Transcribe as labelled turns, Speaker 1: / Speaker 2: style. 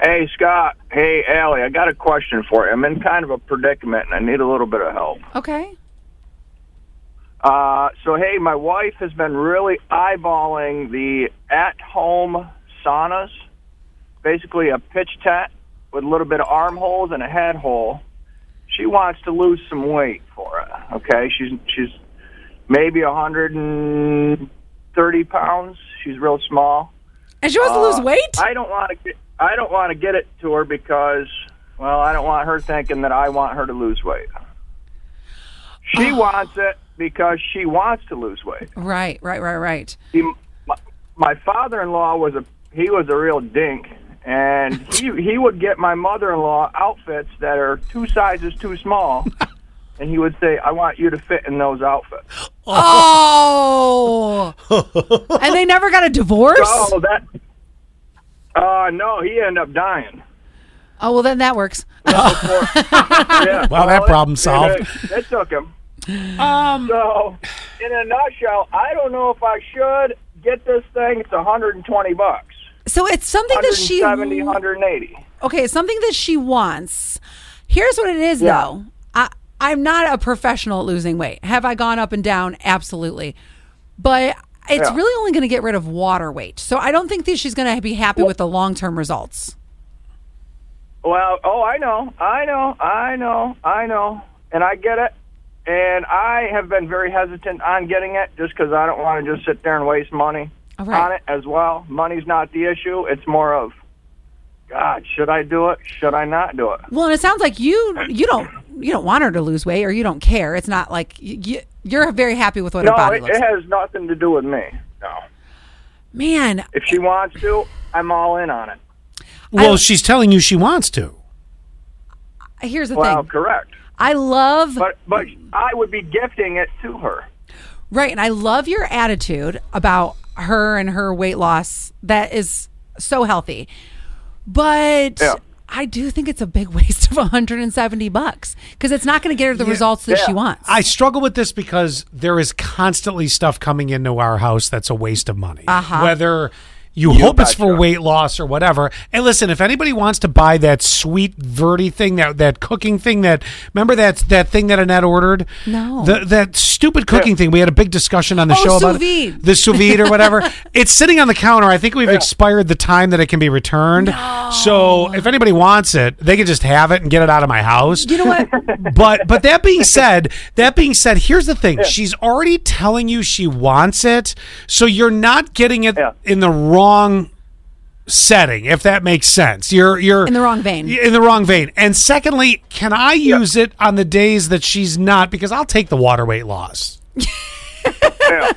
Speaker 1: Hey, Scott. Hey, Allie. I got a question for you. I'm in kind of a predicament, and I need a little bit of help.
Speaker 2: Okay.
Speaker 1: Uh, so, hey, my wife has been really eyeballing the at-home saunas, basically a pitch tent with a little bit of armholes and a head hole. She wants to lose some weight for it. Okay, she's she's maybe 130 pounds. She's real small.
Speaker 2: And she wants to lose weight?
Speaker 1: Uh, I don't want to get I don't want to get it to her because well, I don't want her thinking that I want her to lose weight. She wants it because she wants to lose weight.
Speaker 2: right, right, right, right.
Speaker 1: He, my, my father-in-law was a he was a real dink and he he would get my mother-in-law outfits that are two sizes too small and he would say I want you to fit in those outfits.
Speaker 2: Oh. and they never got a divorce?
Speaker 1: Oh, that uh no, he ended up dying.
Speaker 2: Oh, well, then that works.
Speaker 1: Yeah.
Speaker 3: Wow, that problem solved.
Speaker 1: It, it took him. Um, so, in a nutshell, I don't know if I should get this thing. It's 120 bucks.
Speaker 2: So it's something that she
Speaker 1: 170, 180.
Speaker 2: okay, it's something that she wants. Here's what it is,
Speaker 1: Yeah.
Speaker 2: though. I I'm not a professional at losing weight. Have I gone up and down? Absolutely, but it's
Speaker 1: Yeah.
Speaker 2: really only going to get rid of water weight. So I don't think that she's going to be happy with the long term results.
Speaker 1: Well, oh, I know, I know, I know, I know, and I get it. And I have been very hesitant on getting it just because I don't want to just sit there and waste money
Speaker 2: All right.
Speaker 1: on it as well. Money's not the issue. It's more of, God, should I do it? Should I not do it?
Speaker 2: Well, and it sounds like you you don't you don't want her to lose weight or you don't care. It's not like you, you're very happy with what her
Speaker 1: No,
Speaker 2: body
Speaker 1: it,
Speaker 2: looks.
Speaker 1: it
Speaker 2: like.
Speaker 1: has nothing to do with me. No.
Speaker 2: Man,
Speaker 1: If she wants to, I'm all in on it.
Speaker 3: Well, she's telling you she wants to.
Speaker 2: here's the
Speaker 1: Well,
Speaker 2: thing.
Speaker 1: correct.
Speaker 2: I love
Speaker 1: But but I would be gifting it to her.
Speaker 2: Right. And I love your attitude about her and her weight loss. That is so healthy. But
Speaker 1: Yeah.
Speaker 2: I do think it's a big waste of 170 bucks because it's not going to get her the results that she
Speaker 1: Yeah.
Speaker 2: wants.
Speaker 3: I struggle with this because there is constantly stuff coming into our house that's a waste of money. Uh-huh. Whether you, hope it's for
Speaker 1: betcha.
Speaker 3: weight loss or whatever. And listen, if anybody wants to buy that sweet Verdi thing, that that cooking thing, that remember that that thing that Annette ordered,
Speaker 2: No.
Speaker 3: the, that stupid cooking thing. We had a big discussion on the
Speaker 2: Oh,
Speaker 3: show
Speaker 2: sous
Speaker 3: about
Speaker 2: vide.
Speaker 3: It, the sous vide or whatever. it's sitting on the counter. I think we've expired the time that it can be returned. So if anybody wants it, they can just have it and get it out of my house
Speaker 2: you know what?
Speaker 3: but but that being said, that being said, here's the thing. She's already telling you she wants it, so you're not getting it
Speaker 1: Yeah.
Speaker 3: in the wrong setting, if that makes sense. You're you're
Speaker 2: In the wrong vein.
Speaker 3: In the wrong vein. And secondly, can I use it on the days that she's not? Because I'll take the water weight loss.
Speaker 1: Yeah.